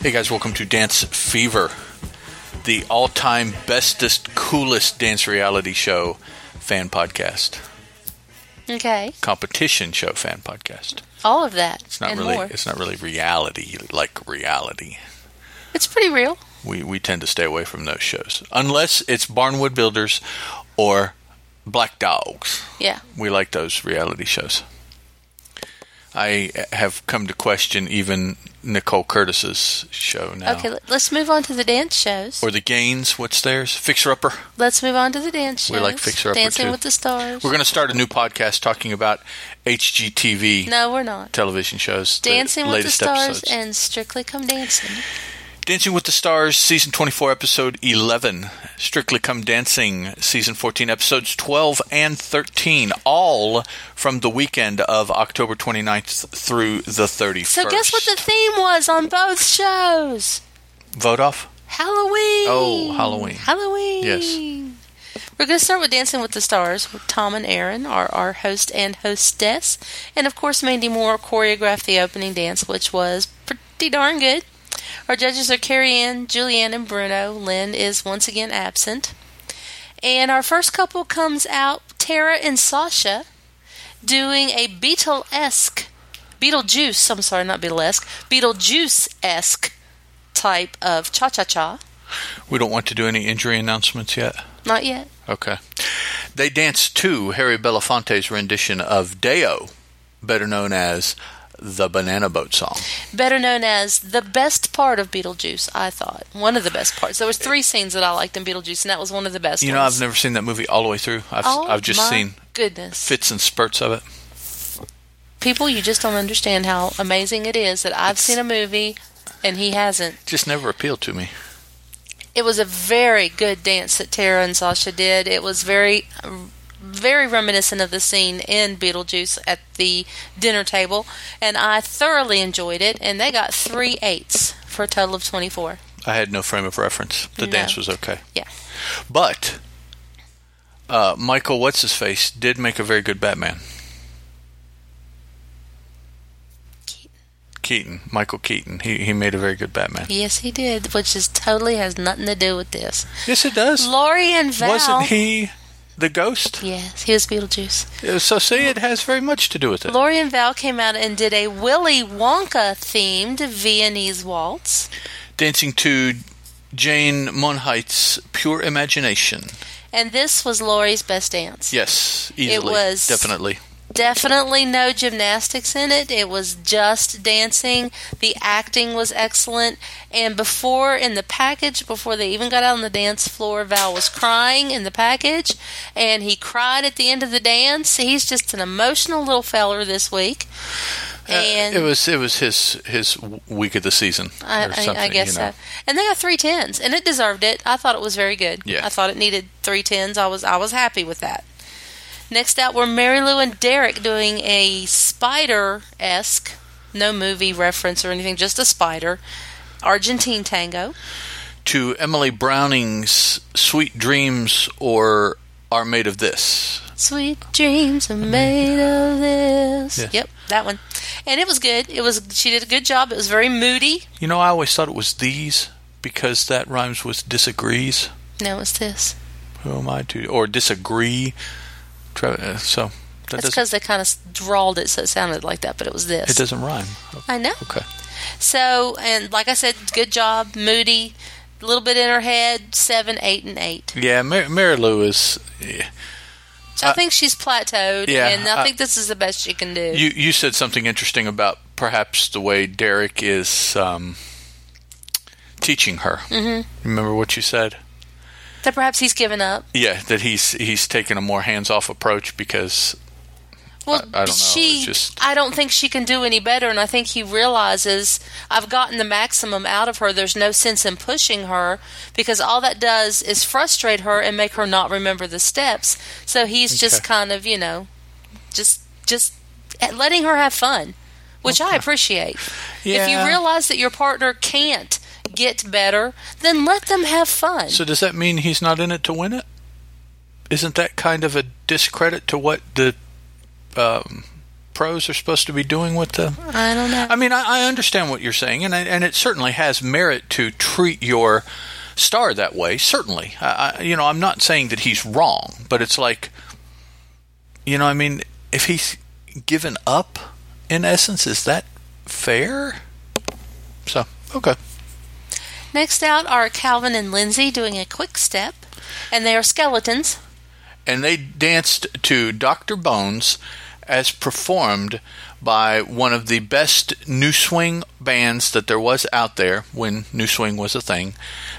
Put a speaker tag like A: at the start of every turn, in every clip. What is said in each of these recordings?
A: Hey guys, welcome to Dance Fever, the all time bestest, coolest dance reality show fan podcast,
B: Okay.
A: competition show fan podcast.
B: All of that.
A: It's not
B: and
A: really
B: more.
A: it's not really reality like reality.
B: It's pretty real.
A: We we tend to stay away from those shows unless it's Barnwood Builders or Black Dogs.
B: Yeah.
A: We like those reality shows. I have come to question even Nicole Curtis's show now.
B: Okay, let- let's move on to the dance shows.
A: Or the Gaines, what's theirs? Fixer Upper.
B: let's move on to the dance shows.
A: We like Fixer Upper,
B: Dancing
A: too.
B: with the Stars.
A: We're going to start a new podcast talking about HGTV
B: no, we're not.
A: television shows. the
B: Dancing with the
A: latest
B: Stars
A: episodes.
B: and Strictly Come Dancing.
A: Dancing with the Stars, season 24, episode 11. Strictly Come Dancing, season 14, episodes 12 and 13. All from the weekend of October 29th through the 31st.
B: So guess what the theme was on both shows?
A: Vote off?
B: Halloween.
A: Oh, Halloween.
B: Halloween. We're going to start with Dancing with the Stars. Tom and Aaron are our host and hostess. And of course, Mandy Moore choreographed the opening dance, which was pretty darn good. Our judges are Carrie Ann, Julianne, and Bruno. Lynn is once again absent. And our first couple comes out Tara and Sasha doing a Beatle esque, Beetlejuice, I'm sorry, not Beatle esque, Beetlejuice esque type of cha cha cha.
A: We don't want to do any injury announcements yet.
B: Not yet.
A: Okay. They danced to Harry Belafonte's rendition of Deo, better known as the Banana Boat song.
B: Better known as the best part of Beetlejuice, I thought. One of the best parts. There was three scenes that I liked in Beetlejuice, and that was one of the best
A: Eh. You know, I've
B: ones.
A: never seen that movie all the way through. I've,
B: oh,
A: I've just
B: my
A: seen
B: goodness.
A: fits and spurts of it.
B: People, you just don't understand how amazing it is that I've seen a movie and he hasn't.
A: Just never appealed to me.
B: It was a very good dance that Tara and Sasha did. It was very, very reminiscent of the scene in Beetlejuice at the dinner table, and I thoroughly enjoyed it. And they got three eights for a total of twenty-four.
A: I had no frame of reference. The
B: No.
A: dance was okay.
B: Yeah.
A: But uh, Michael, what's his face, did make a very good Batman.
B: Keaton.
A: Keaton, Michael Keaton. He he made a very good Batman.
B: Yes, he did, which is totally has nothing to do with this.
A: Yes, it does.
B: Laurie and Val.
A: Wasn't he the ghost? Uh,
B: Yes, he was Beetlejuice.
A: So see, it has very much to do with it.
B: Laurie and Val came out and did a Willy Wonka themed Viennese waltz,
A: Dancing to Jane Monheit's Pure Imagination.
B: and this was Laurie's best dance.
A: Yes, easily.
B: was-
A: Definitely.
B: Definitely no gymnastics in it. It was just dancing. The acting was excellent. And before, in the package, before they even got out on the dance floor, Val was crying in the package. And he cried at the end of the dance. He's just an emotional little feller this week.
A: Uh,
B: And
A: it was it was his his w- week of the season.
B: I,
A: or
B: I, I
A: something,
B: guess
A: you know.
B: so. And they got three tens, and it deserved it. I thought it was very good.
A: Yeah.
B: I thought it needed three tens. I was I was happy with that. Next out were Mary Lou and Derek doing a spider esque, no movie reference or anything, just a spider. Argentine tango.
A: To Emily Browning's Sweet Dreams or Are Made of This.
B: Sweet dreams are made of this.
A: Yes.
B: Yep, that one. And it was good. It was she did a good job. It was very moody.
A: You know, I always thought it was these because that rhymes with disagrees.
B: No, it's this.
A: Who am I to or disagree? Tra- uh, So that doesn't
B: That's because they kind of drawled it, so it sounded like that, but it was this.
A: it doesn't rhyme.
B: I know.
A: Okay.
B: So, and like I said, good job, Moody. A little bit in her head, seven, eight, and eight.
A: Yeah, Mar- Mary Lou is.
B: So I
A: Uh,
B: think she's plateaued,
A: yeah,
B: and I
A: uh,
B: think this is the best she can do.
A: You you said something interesting about perhaps the way Derek is um, teaching her. Mm-hmm. Remember what you said?
B: that perhaps he's given up.
A: Yeah, that he's he's taking a more hands off approach because
B: Well,
A: I don't know,
B: she,
A: it's just-
B: I don't think she can do any better, and I think he realizes I've gotten the maximum out of her. There's no sense in pushing her because all that does is frustrate her and make her not remember the steps. So he's just
A: Okay.
B: kind of, you know, just just letting her have fun, which I appreciate. If you
A: Yeah.
B: realize that your partner can't get better, then let them have fun.
A: so does that mean he's not in it to win it? Isn't that kind of a discredit to what the um, pros are supposed to be doing with the.
B: I don't know.
A: I mean, I, I understand what you're saying, and I, and it certainly has merit to treat your star that way. Certainly, I, I, you know, I'm not saying that he's wrong, but it's like, you know, I mean, if he's given up, in essence, is that fair? So okay.
B: Next out are Calvin and Lindsay doing a quick step, and they are skeletons.
A: and they danced to Dr. Bones as performed by one of the best new swing bands that there was out there when new swing was a thing,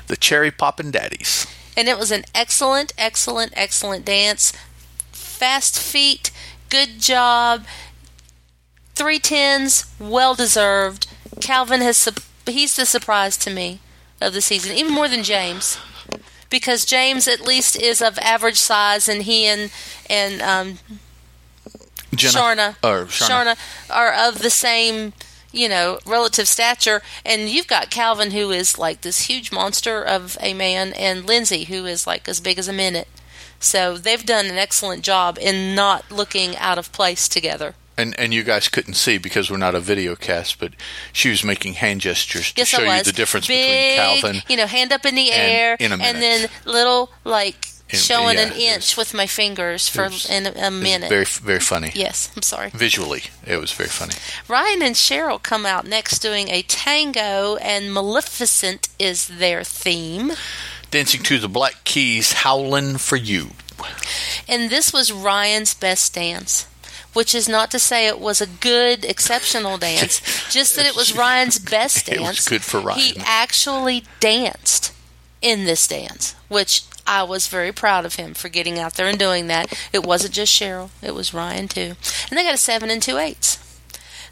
A: the Cherry Poppin' Daddies.
B: And it was an excellent, excellent, excellent dance. Fast feet, good job. Three tens, well deserved. Calvin has su- he's the surprise to me of the season, even more than James, because James at least is of average size, and he and and um,
A: Jenna, Oh,
B: Sharna,
A: or
B: Sharna. are of the same, you know, relative stature. And you've got Calvin, who is like this huge monster of a man, and Lindsay, who is like as big as a minute. So they've done an excellent job in not looking out of place together.
A: and and you guys couldn't see because we're not a video cast, but she was making hand gestures to
B: Yes,
A: show
B: I was.
A: you the difference between
B: Big,
A: Calvin.
B: you know, hand up in the
A: and
B: air,
A: in a minute.
B: and then little like
A: In-
B: showing
A: yeah,
B: an
A: it
B: inch with my fingers for
A: was-
B: in a, a
A: It was
B: minute.
A: Very very funny.
B: yes, I'm sorry.
A: Visually, it was very funny.
B: Ryan and Cheryl come out next doing a tango, and Maleficent is their theme.
A: Dancing to the Black Keys, howlin' for you.
B: And this was Ryan's best dance, which is not to say it was a good, exceptional dance, just that it was Ryan's best
A: It
B: dance.
A: was good for Ryan.
B: He actually danced in this dance, which I was very proud of him for getting out there and doing that. It wasn't just Cheryl, it was Ryan too. And they got a seven and two eighths.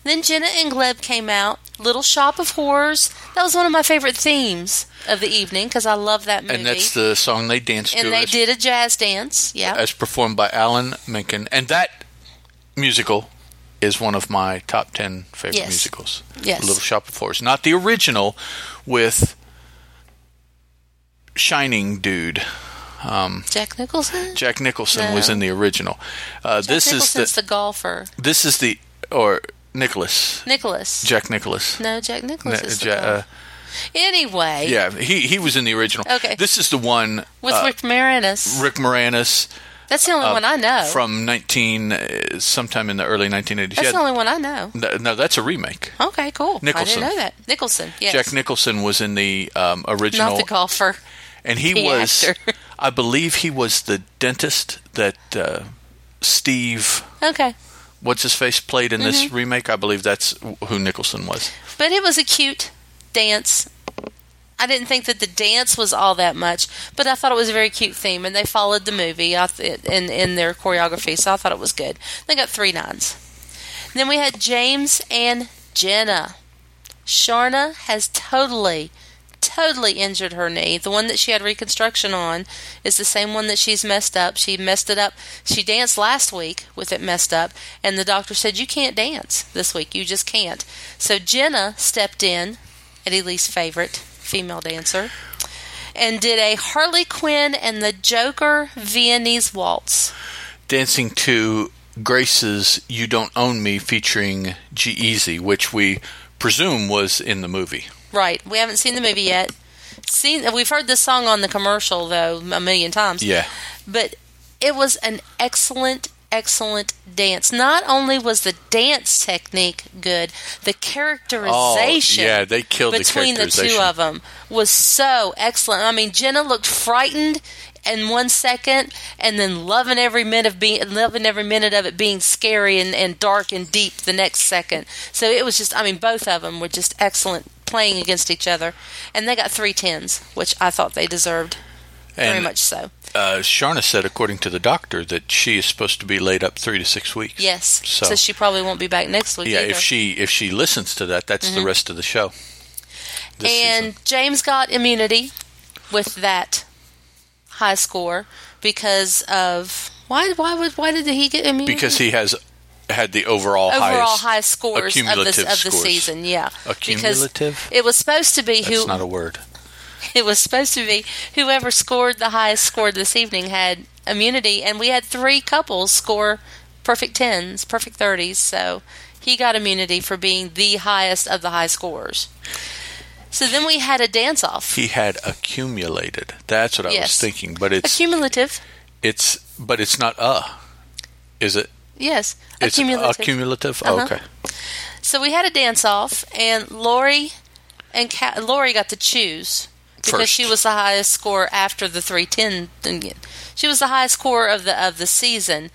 B: Then Jenna and Gleb came out. Little Shop of Horrors. That was one of my favorite themes of the evening because I love that movie.
A: And that's the song they danced
B: And
A: to
B: they
A: as,
B: did a jazz dance. Yeah.
A: as performed by Alan Menken. And that musical is one of my top 10 favorite
B: Yes.
A: musicals.
B: Yes.
A: Little Shop of Horrors. Not the original with Shining Dude. Um,
B: Jack Nicholson.
A: Jack Nicholson was
B: No.
A: in the original. Uh, this is
B: Nicholson's
A: the,
B: the, golfer.
A: this is the or Nicholas
B: Nicholas.
A: Jack Nicholas.
B: no, Jack Nicholas is the
A: Ja-
B: golfer.
A: uh,
B: anyway,
A: yeah, he he was in the original.
B: Okay.
A: This is the one
B: with
A: uh,
B: Rick Moranis.
A: Rick Moranis uh,
B: That's the only one I know.
A: from 19 uh, sometime in the early 1980s.
B: that's
A: Yeah,
B: the only one I know.
A: No, no, that's a remake.
B: Okay, cool.
A: Nicholson.
B: I didn't know that. Nicholson. Yes.
A: Jack Nicholson was in the um, original,
B: Not the golfer.
A: and he
B: the
A: was,
B: actor.
A: I believe, he was the dentist that uh, Steve,
B: Okay.
A: what's his face, played in
B: Mm-hmm.
A: this remake. I believe that's who Nicholson was.
B: But it was a cute dance. I didn't think that the dance was all that much, but I thought it was a very cute theme, and they followed the movie I th- in in their choreography, so I thought it was good. They got three nines. Then we had James and Jenna. Sharna has totally, totally injured her knee. The one that she had reconstruction on is the same one that she's messed up. She messed it up. She danced last week with it messed up, and the doctor said, You can't dance this week. You just can't. So Jenna stepped in, Eddie Lee's favorite female dancer, and did a Harley Quinn and the Joker Viennese waltz.
A: Dancing to Grace's "You Don't Own Me" featuring G Easy, which we presume was in the movie.
B: Right. We haven't seen the movie yet. Seen, we've heard this song on the commercial though a million times.
A: Yeah,
B: but it was an excellent excellent dance not only was the dance technique good the characterization
A: Oh, yeah, they killed the
B: between the, two
A: characterization.
B: of them was so excellent i mean jenna looked frightened in one second and then loving every minute of being loving every minute of it being scary and, and dark and deep the next second so it was just i mean both of them were just excellent playing against each other and they got three tens which i thought they deserved very
A: And-
B: much so
A: uh, Sharna said, according to the doctor, that she is supposed to be laid up three to six weeks.
B: Yes.
A: So-
B: So, she probably won't be back next week.
A: Yeah,
B: either.
A: if she if she listens to that, that's the rest of the show. This
B: Mm-hmm. and
A: season.
B: James got immunity with that high score because of why? Why would? Why did he get immunity?
A: because he has had the overall,
B: overall
A: highest
B: high scores of the of
A: accumulative
B: the
A: scores.
B: season. Yeah,
A: Accumulative?
B: Because it was supposed to be
A: That's
B: who
A: not a word.
B: it was supposed to be whoever scored the highest score this evening had immunity, and we had three couples score perfect tens, perfect thirties. So he got immunity for being the highest of the high scorers. So then we had a dance off.
A: He had accumulated. That's what I was
B: Yes.
A: thinking. But it's
B: Accumulative.
A: it's but it's not uh, is it?
B: Yes.
A: It's
B: accumulative.
A: accumulative?
B: Uh-huh.
A: Oh, okay.
B: so we had a dance off and Lori and Ca- Lori got to choose because
A: First.
B: she was the highest scorer after the 310 thing. she was the highest scorer of the of the season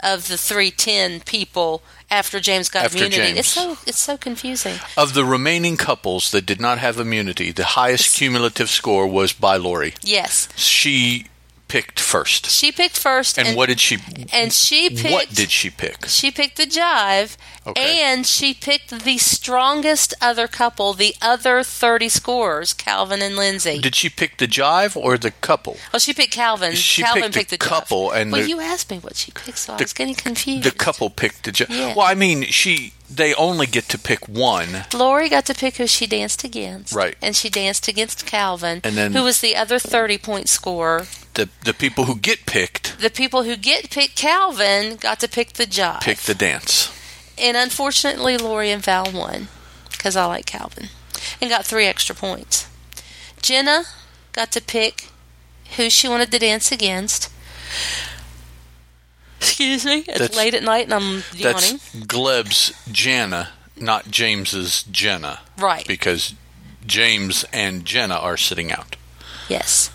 B: of the 310 people after James got
A: After
B: immunity.
A: James.
B: It's so it's so confusing.
A: Of the remaining couples that did not have immunity, the highest cumulative score was by Lori.
B: Yes.
A: She picked first.
B: She picked first
A: And, what did she?
B: and she picked
A: what did she pick?
B: She picked the jive,
A: Okay.
B: and she picked the strongest other couple, the other 30 scorers, Calvin and Lindsay.
A: Did she pick the jive or the couple?
B: well, she picked Calvin.
A: She
B: Calvin
A: picked the
B: picked the jive.
A: couple and
B: well,
A: the-
B: you asked me what she picked, so I
A: the-
B: was getting confused.
A: The couple picked the jive.
B: Yes.
A: Well, I mean, she they only get to pick one.
B: Lori got to pick who she danced against.
A: Right.
B: And she danced against Calvin,
A: And then-
B: who was the other 30 point scorer.
A: The the people who get picked
B: The people who get picked Calvin got to pick the jive.
A: pick the dance.
B: And unfortunately, Lori and Val won because I like Calvin and got three extra points. Jenna got to pick who she wanted to dance against. Excuse me, it's
A: That's-
B: late at night and I'm
A: That's
B: yawning.
A: Gleb's Jana, not James's Jenna,
B: Right.
A: because James and Jenna are sitting out.
B: Yes.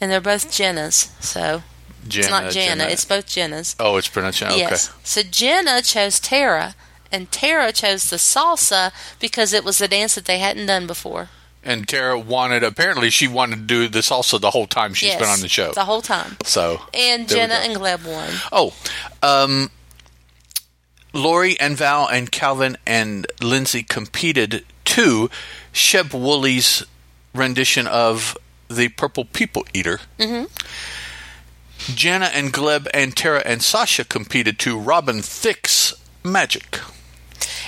B: And they're both Jennas, so
A: Jana,
B: it's not Jana, it's both Jennas.
A: oh, it's pronounced Jenna.
B: Yes. So Jenna chose Tara, and Tara chose the salsa because it was the dance that they hadn't done before.
A: Okay, and Tara wanted apparently she wanted to do this also the whole time she's
B: She's
A: been on the show.
B: The whole time.
A: So
B: And
A: There we go.
B: Jenna and Gleb won.
A: Oh, um, Lori and Val and Calvin and Lindsay competed to Sheb Woolley's rendition of the Purple People Eater. Mm-hmm. Jana and Gleb and Tara and Sasha competed to Robin Thicke's Magic.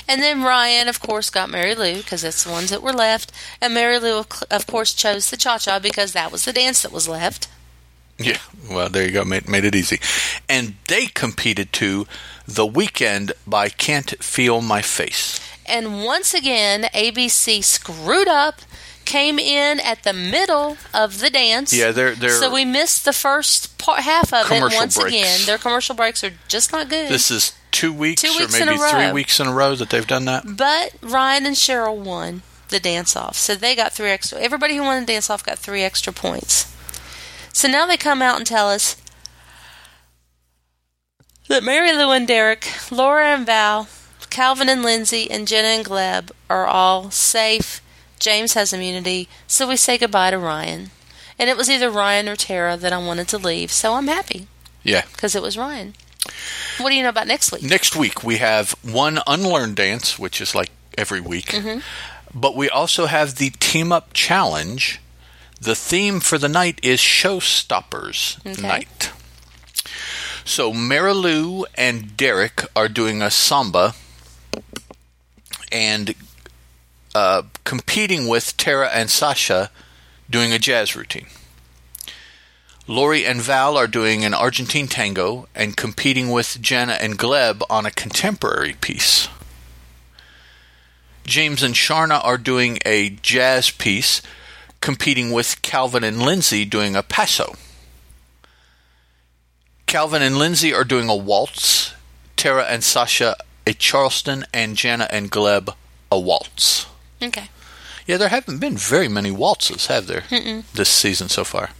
B: And then Ryan, of course, got Mary Lou because that's the ones that were left. And Mary Lou, of cl- of course, chose the cha cha because that was the dance that was left.
A: Yeah, well, there you go. Made, made it easy. And they competed to The Weekend by Can't Feel My Face.
B: And once again, ABC screwed up, came in at the middle of the dance.
A: Yeah, they're- they're-
B: so we missed the first part, half of it.
A: Commercial
B: Once
A: breaks.
B: again, their commercial breaks are just not good.
A: This is two weeks,
B: Two weeks
A: or
B: in
A: maybe
B: a
A: three
B: row.
A: weeks in a row that they've done that.
B: But Ryan and Cheryl won the dance off. So they got three extra. Everybody who won the dance off got three extra points. So now they come out and tell us that Mary Lou and Derek, Laura and Val, Calvin and Lindsay, and Jenna and Gleb are all safe. James has immunity. So we say goodbye to Ryan. And it was either Ryan or Tara that I wanted to leave. So I'm happy
A: Yeah.
B: because it was Ryan. What do you know about next week?
A: Next week we have one unlearned dance, which is like every week,
B: Mm-hmm.
A: but we also have the team up challenge. The theme for the night is Showstoppers
B: Okay.
A: Night. So Marilou and Derek are doing a samba and uh, competing with Tara and Sasha doing a jazz routine. Lori and Val are doing an Argentine tango and competing with Jana and Gleb on a contemporary piece. James and Sharna are doing a jazz piece, competing with Calvin and Lindsay doing a paso. Calvin and Lindsay are doing a waltz, Tara and Sasha a Charleston, and Jana and Gleb a waltz.
B: Okay.
A: Yeah, there haven't been very many waltzes, have there, this season so far?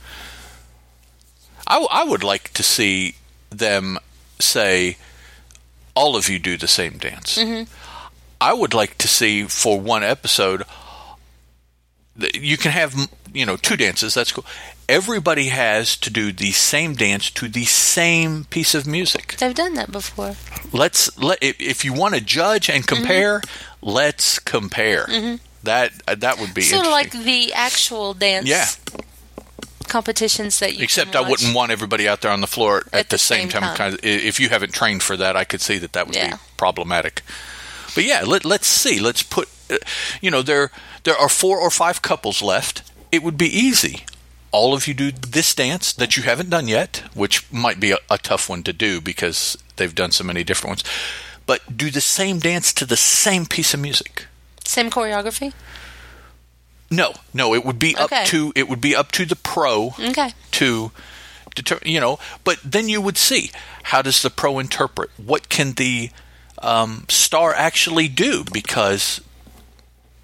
A: I, w- I would like to see them say, all of you do the same dance.
B: Mm-hmm.
A: I would like to see for one episode, th- you can have, m- you know, two dances, that's cool. Everybody has to do the same dance to the same piece of music.
B: They've done that before.
A: Let's let if, if you want to judge and
B: Mm-hmm.
A: compare, let's compare. That uh, that would be
B: sort of
A: interesting.
B: like the actual dance
A: Yeah.
B: competitions that you
A: Except
B: can
A: I
B: watch.
A: wouldn't want everybody out there on the floor at, the, same, time.
B: time.
A: Kind of- i- if you haven't trained for that, I could see that that would
B: Yeah.
A: be problematic. But yeah, let, let's see. Let's put. uh, You know, there there are four or five couples left. It would be easy. all of you do this dance that you haven't done yet, which might be a, a tough one to do because they've done so many different ones. But do the same dance to the same piece of music.
B: Same choreography?
A: No, no, it would be
B: Okay.
A: up to it would be up to the pro
B: Okay.
A: to deter, you know but then you would see how does the pro interpret what can the um, star actually do because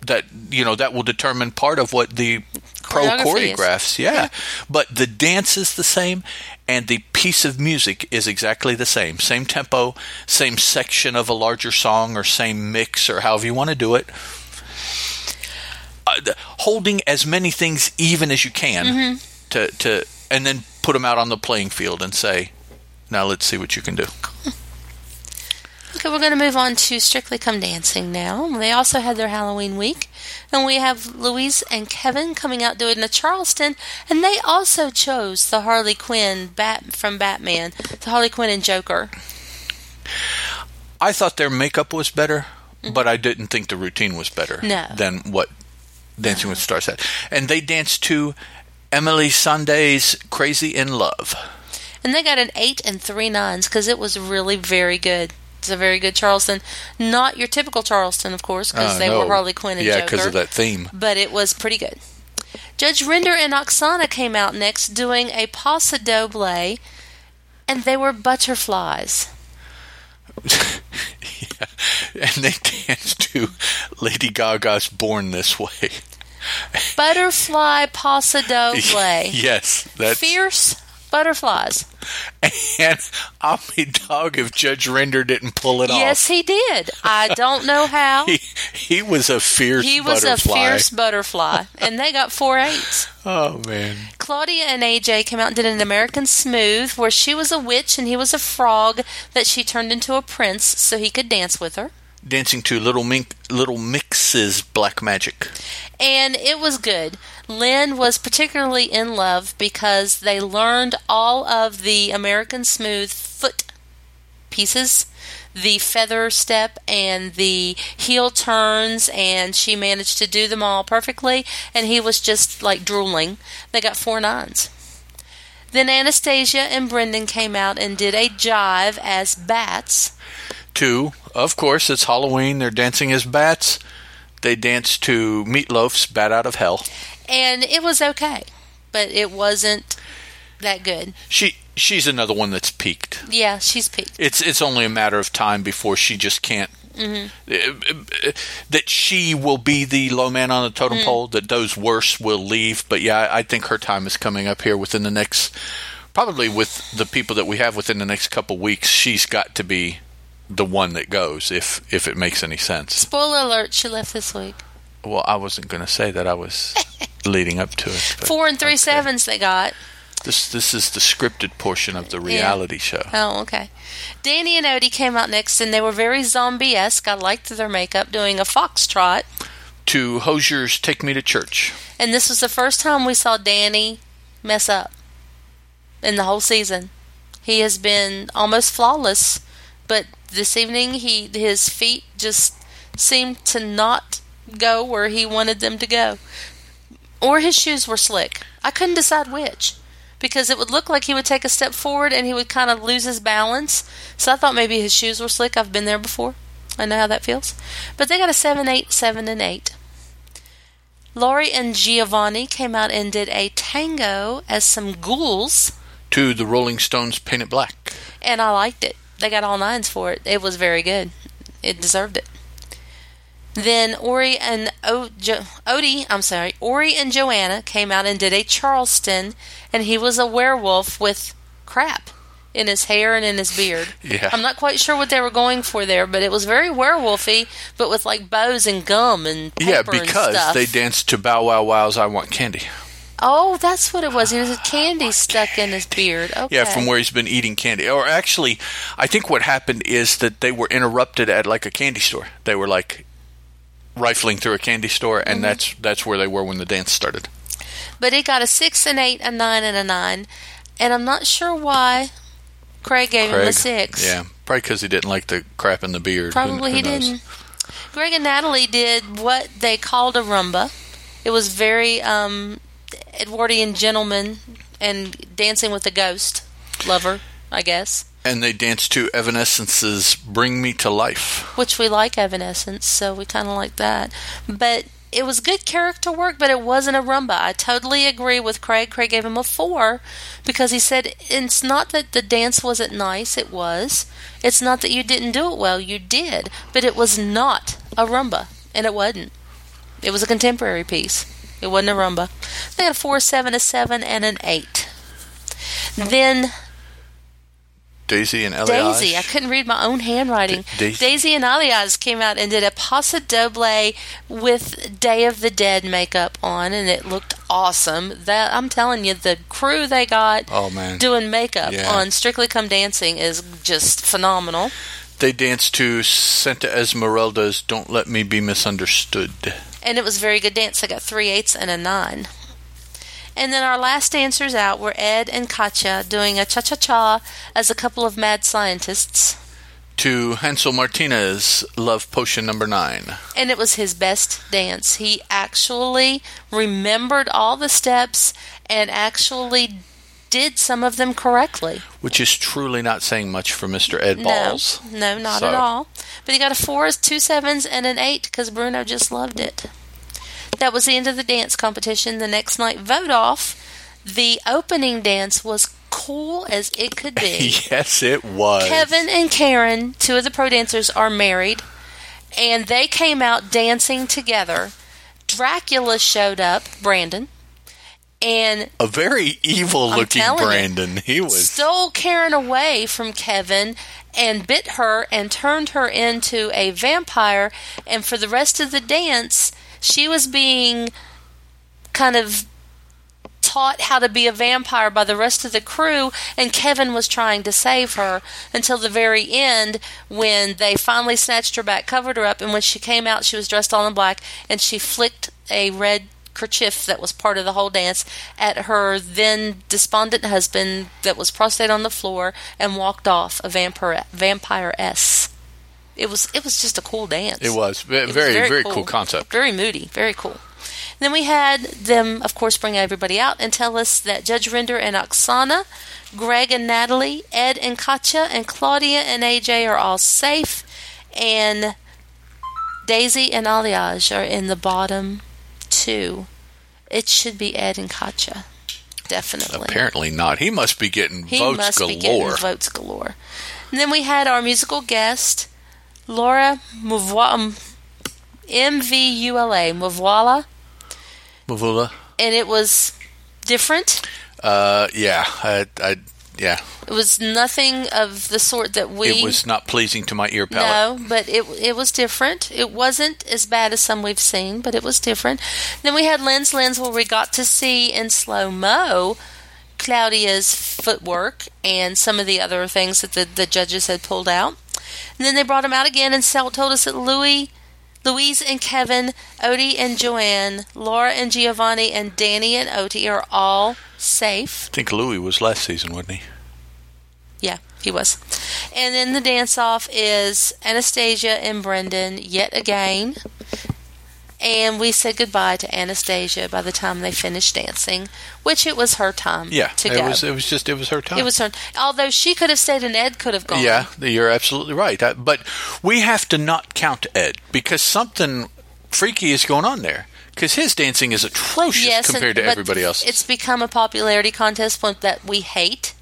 A: that you know that will determine part of what the pro
B: Choreography is.
A: choreographs yeah. but the dance is the same and the piece of music is exactly the same same tempo same section of a larger song or same mix or however you want to do it uh, the- holding as many things even as you can
B: Mm-hmm.
A: to to and then put them out on the playing field and say now let's see what you can do
B: Okay, we're going to move on to Strictly Come Dancing now. They also had their Halloween week. And we have Louise and Kevin coming out doing the Charleston. And they also chose the Harley Quinn bat from Batman, the Harley Quinn and Joker.
A: i thought their makeup was better but i didn't think the routine was better
B: Mm-hmm. No.
A: than what dancing with the stars had and they danced to emily sandé's crazy in love
B: And they got an eight and three nines because it was really very good. It's a very good Charleston. Not your typical Charleston, of course, because
A: Uh,
B: they
A: no.
B: were Harley Quinn and
A: yeah
B: Joker.
A: because of that theme
B: but it was pretty good. Judge Render and Oksana came out next doing a Pasa Doble, and they were butterflies.
A: yeah. and they danced to lady gaga's born this way
B: Butterfly Pasa Doble.
A: yes that's
B: Fierce butterflies.
A: and i'll be dog if judge render didn't pull it off
B: Yes, he did. I don't know how.
A: he, he was a fierce
B: He was a
A: butterfly.
B: fierce butterfly, and they got four eights.
A: Oh man.
B: Claudia and AJ came out and did an American Smooth where she was a witch and he was a frog that she turned into a prince so he could dance with her.
A: Dancing to Little Mink Little Mix's Black Magic.
B: And it was good. Lynn was particularly in love because they learned all of the American Smooth foot pieces the feather step and the heel turns and she managed to do them all perfectly and he was just like drooling they got four nines then anastasia and brendan came out and did a jive as bats
A: Two, of course, it's Halloween, they're dancing as bats. They dance to Meatloaf's Bat Out of Hell.
B: and it was okay but it wasn't that good
A: She she's another one that's peaked.
B: yeah she's peaked
A: It's it's only a matter of time before she just can't eh, eh, eh, that she will be the low man on the totem pole, that those worse will leave. But yeah, I, I think her time is coming up here within the next probably with the people that we have within the next couple weeks, she's got to be the one that goes if if it makes any sense.
B: spoiler alert she left this week
A: Well, I wasn't going to say that. I was leading up to it. but
B: four and three
A: okay.
B: sevens they got
A: This this is the scripted portion of the reality show.
B: Oh, okay. Danny and Odie came out next, and they were very zombie esque. I liked their makeup, doing a foxtrot.
A: To Hosier's Take Me to Church.
B: And this was the first time we saw Danny mess up in the whole season. He has been almost flawless, but this evening he his feet just seemed to not go where he wanted them to go. Or his shoes were slick. I couldn't decide which. Because it would look like he would take a step forward and he would kind of lose his balance. So I thought maybe his shoes were slick. I've been there before. I know how that feels. But they got a 7 8, 7 and 8. Laurie and Giovanni came out and did a tango as some ghouls,
A: To the Rolling Stones Paint It Black.
B: and I liked it. They got all nines for it. It was very good. It deserved it. Then Ori and o- jo- Odie, I'm sorry, Ori and Joanna came out and did a Charleston, and he was a werewolf with crap in his hair and in his beard.
A: Yeah.
B: I'm not quite sure what they were going for there, but it was very werewolfy, but with like bows and gum and paper
A: Yeah,
B: and
A: because
B: stuff.
A: they danced to Bow Wow Wow's I Want Candy.
B: Oh, that's what it was. It was a candy stuck in his beard. Okay.
A: Yeah, from where he's been eating candy. Or actually, I think what happened is that they were interrupted at like a candy store. They were like rifling through a candy store,
B: Mm-hmm.
A: and that's that's where they were when the dance started.
B: But it got a six, an eight, a nine, and a nine, and I'm not sure why Craig gave him a
A: Craig,
B: six.
A: Yeah, probably because he didn't like the crap in the beard. Who-
B: Probably
A: who
B: he
A: knows?
B: didn't. Greg and Natalie did what they called a rumba. It was very um, Edwardian gentleman and dancing with a ghost lover, I guess.
A: And they danced to Evanescence's Bring Me to Life.
B: Which we like Evanescence, so we kind of like that. But it was good character work, but it wasn't a rumba. I totally agree with Craig. Craig gave him a four because he said it's not that the dance wasn't nice, it was. It's not that you didn't do it well, you did, but it was not a rumba, and it wasn't. It was a contemporary piece. It wasn't a rumba. They had a four, seven, a seven, and an eight. Then
A: Daisy and Elias.
B: Daisy. I couldn't read my own handwriting.
A: Da- Daisy.
B: Daisy. and Alias came out and did a Paso Doble with Day of the Dead makeup on, and it looked awesome. That I'm telling you, the crew they got
A: Oh, man.
B: doing makeup
A: Yeah.
B: on Strictly Come Dancing is just phenomenal.
A: They danced to Santa Esmeralda's Don't Let Me Be Misunderstood.
B: and it was very good dance. I got three eights and a nine. And then our last dancers out were Ed and Katya doing a cha cha cha as a couple of mad scientists.
A: To Hansel Martinez, Love Potion Number Nine.
B: And it was his best dance. He actually remembered all the steps and actually did some of them correctly.
A: which is truly not saying much for Mr. Ed Balls.
B: No, no, not
A: So-
B: at all. But he got a four, two sevens, and an eight because Bruno just loved it. That was the end of the dance competition. The next night, vote off. The opening dance was cool as it could be.
A: yes, it was.
B: Kevin and Karen, two of the pro dancers, are married, and they came out dancing together. Dracula showed up, Brandon, and
A: A very evil looking
B: telling you.
A: Brandon. He was.
B: stole Karen away from Kevin and bit her and turned her into a vampire. And for the rest of the dance, she was being kind of taught how to be a vampire by the rest of the crew, and Kevin was trying to save her until the very end when they finally snatched her back, covered her up, and when she came out, she was dressed all in black and she flicked a red kerchief that was part of the whole dance at her then despondent husband that was prostrate on the floor and walked off a vampire vampire s. It was it was just a cool dance.
A: it was. Ve-
B: It was
A: very, very, cool. concept.
B: Very moody. Very cool. Then we had them, of course, bring everybody out and tell us that Judge Render and Oksana, Greg and Natalie, Ed and Katya, and Claudia and AJ are all safe, and Daisy and Aliage are in the bottom two. It should be Ed and Katya, definitely.
A: Apparently not. He must be getting
B: He
A: votes
B: must
A: galore.
B: be getting votes galore. And then we had our musical guest, Laura Mvwa- um, M-V-U-L-A, Mvwala,
A: Mavula.
B: and it was different.
A: Uh, yeah. I, I, yeah.
B: It was nothing of the sort that we
A: It was not pleasing to my ear palate.
B: No, but it it was different. It wasn't as bad as some we've seen, but it was different. Then we had Lens Lens where we got to see in slow mo Claudia's footwork and some of the other things that the, the judges had pulled out. And then they brought him out again and Sal told us that Louis Louise and Kevin, Odie and Joanne, Laura and Giovanni, and Danny and Otie are all safe.
A: I think Louis was last season, wasn't he?
B: Yeah, he was. And then the dance off is Anastasia and Brendan yet again. And we said goodbye to Anastasia by the time they finished dancing, which it was her time
A: Yeah.
B: to
A: it
B: go.
A: was. It was just. It was her time.
B: it was her. Although she could have stayed and Ed could have gone.
A: Yeah, you're absolutely right. I, but we have to not count Ed because something freaky is going on there. Because his dancing is atrocious
B: Yes, and-
A: Oh, compared to
B: but
A: everybody else.
B: It's become a popularity contest one that we hate.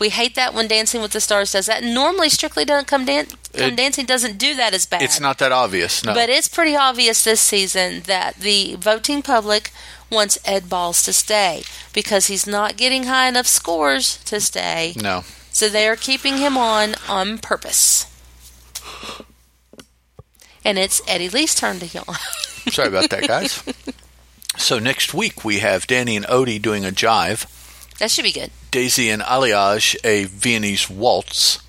B: We hate that when Dancing with the Stars does that. Normally, Strictly Don't Come, Dan- Come
A: It-
B: Dancing doesn't do that as bad.
A: It's not that obvious. No.
B: But it's pretty obvious this season that the voting public wants Ed Balls to stay because he's not getting high enough scores to stay.
A: no.
B: So they are keeping him on on purpose. And it's Eddie Lee's turn to yawn.
A: Sorry about that, guys. so next week we have Danny and Odie doing a jive,
B: that should be good.
A: Daisy and Aliage a Viennese waltz,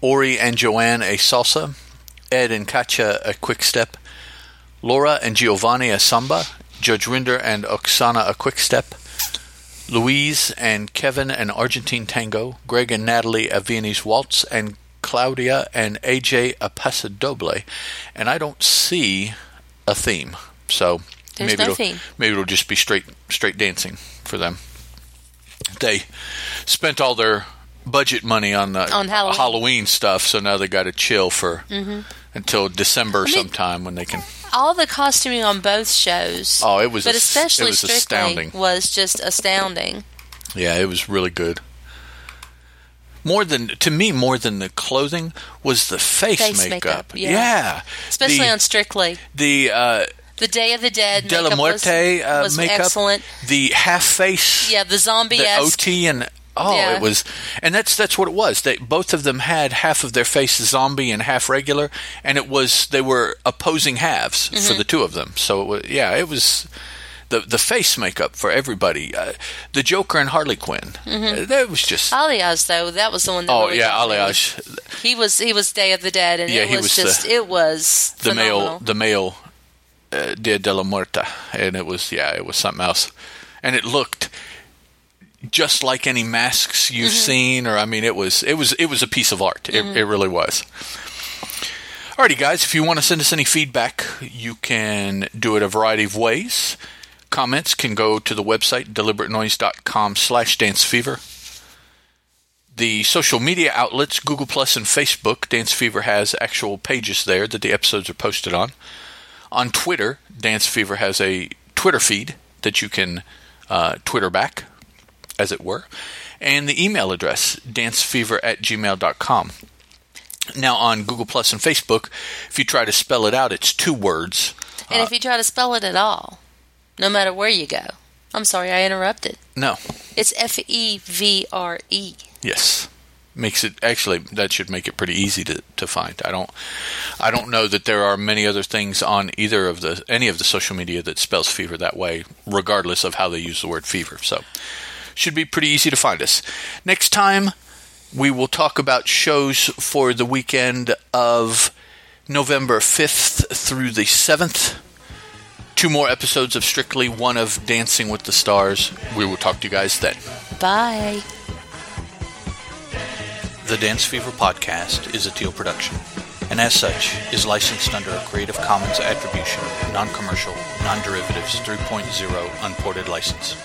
A: Ori and Joanne a salsa, Ed and Katya a quick step, Laura and Giovanni a samba, Judge Rinder and Oksana a quick step, Louise and Kevin an Argentine tango, Greg and Natalie a Viennese waltz, and Claudia and AJ a paso doble. And I don't see a theme. So
B: There's
A: maybe
B: no
A: it'll,
B: theme.
A: Maybe it'll just be straight straight dancing for them. They spent all their budget money on the
B: On Halloween. Mm-hmm.
A: stuff, so now they got to chill for until December
B: mean-
A: sometime when they can.
B: All the costuming on both shows.
A: Oh, it was
B: but
A: as-
B: especially
A: it was
B: Strictly
A: astounding.
B: was just astounding.
A: Yeah, it was really good. More than to me, more than the clothing was the face,
B: Face
A: makeup.
B: makeup, yeah. Especially
A: the,
B: on Strictly.
A: the uh,
B: The Day of the Dead
A: De La
B: makeup was-
A: Muerte uh,
B: was
A: makeup,
B: excellent.
A: the half face,
B: Yeah, the zombie
A: the
B: esque.
A: OT, and oh,
B: Yeah.
A: it was, and that's that's what it was. They both of them had half of their face zombie and half regular, and it was they were opposing halves for
B: Mm-hmm.
A: the two of them. So it was, yeah, it was. The, the face makeup for everybody, uh, the Joker and Harley Quinn,
B: Mm-hmm.
A: Uh, that was just
B: Alias though, that was the one. That
A: Oh
B: really
A: yeah,
B: got me.
A: Aliage,
B: He was he was Day of the Dead, and
A: Yeah,
B: it
A: he
B: was,
A: was the-
B: just it was
A: the male,
B: phenomenal.
A: the male uh, Dia de la Muerta, and it was yeah, it was something else, and it looked just like any masks you've seen, or I mean, it was it was it was a piece of art. It, it really was. Alrighty, guys, if you want to send us any feedback, you can do it a variety of ways. Comments can go to the website, deliberatenoise.com slash dancefever. the social media outlets, Google Plus and Facebook, Dance Fever has actual pages there that the episodes are posted on. On Twitter, Dance Fever has a Twitter feed that you can uh, Twitter back, as it were. And the email address, dancefever at gmail.com. Now, on Google Plus and Facebook, if you try to spell it out, it's two words.
B: and if you try to spell it at all, no matter where you go, I'm sorry I interrupted.
A: No.
B: It's F E V R E.
A: Yes. Makes it actually that should make it pretty easy to, to find. I don't I don't know that there are many other things on either of the any of the social media that spells fever that way, regardless of how they use the word fever. So should be pretty easy to find us. Next time we will talk about shows for the weekend of November 5th through the 7th. Two more episodes of Strictly, one of Dancing with the Stars. We will talk to you guys then.
B: Bye.
A: The Dance Fever podcast is a teal production, and as such, is licensed under a Creative Commons Attribution, non commercial, non derivatives 3.0 unported license.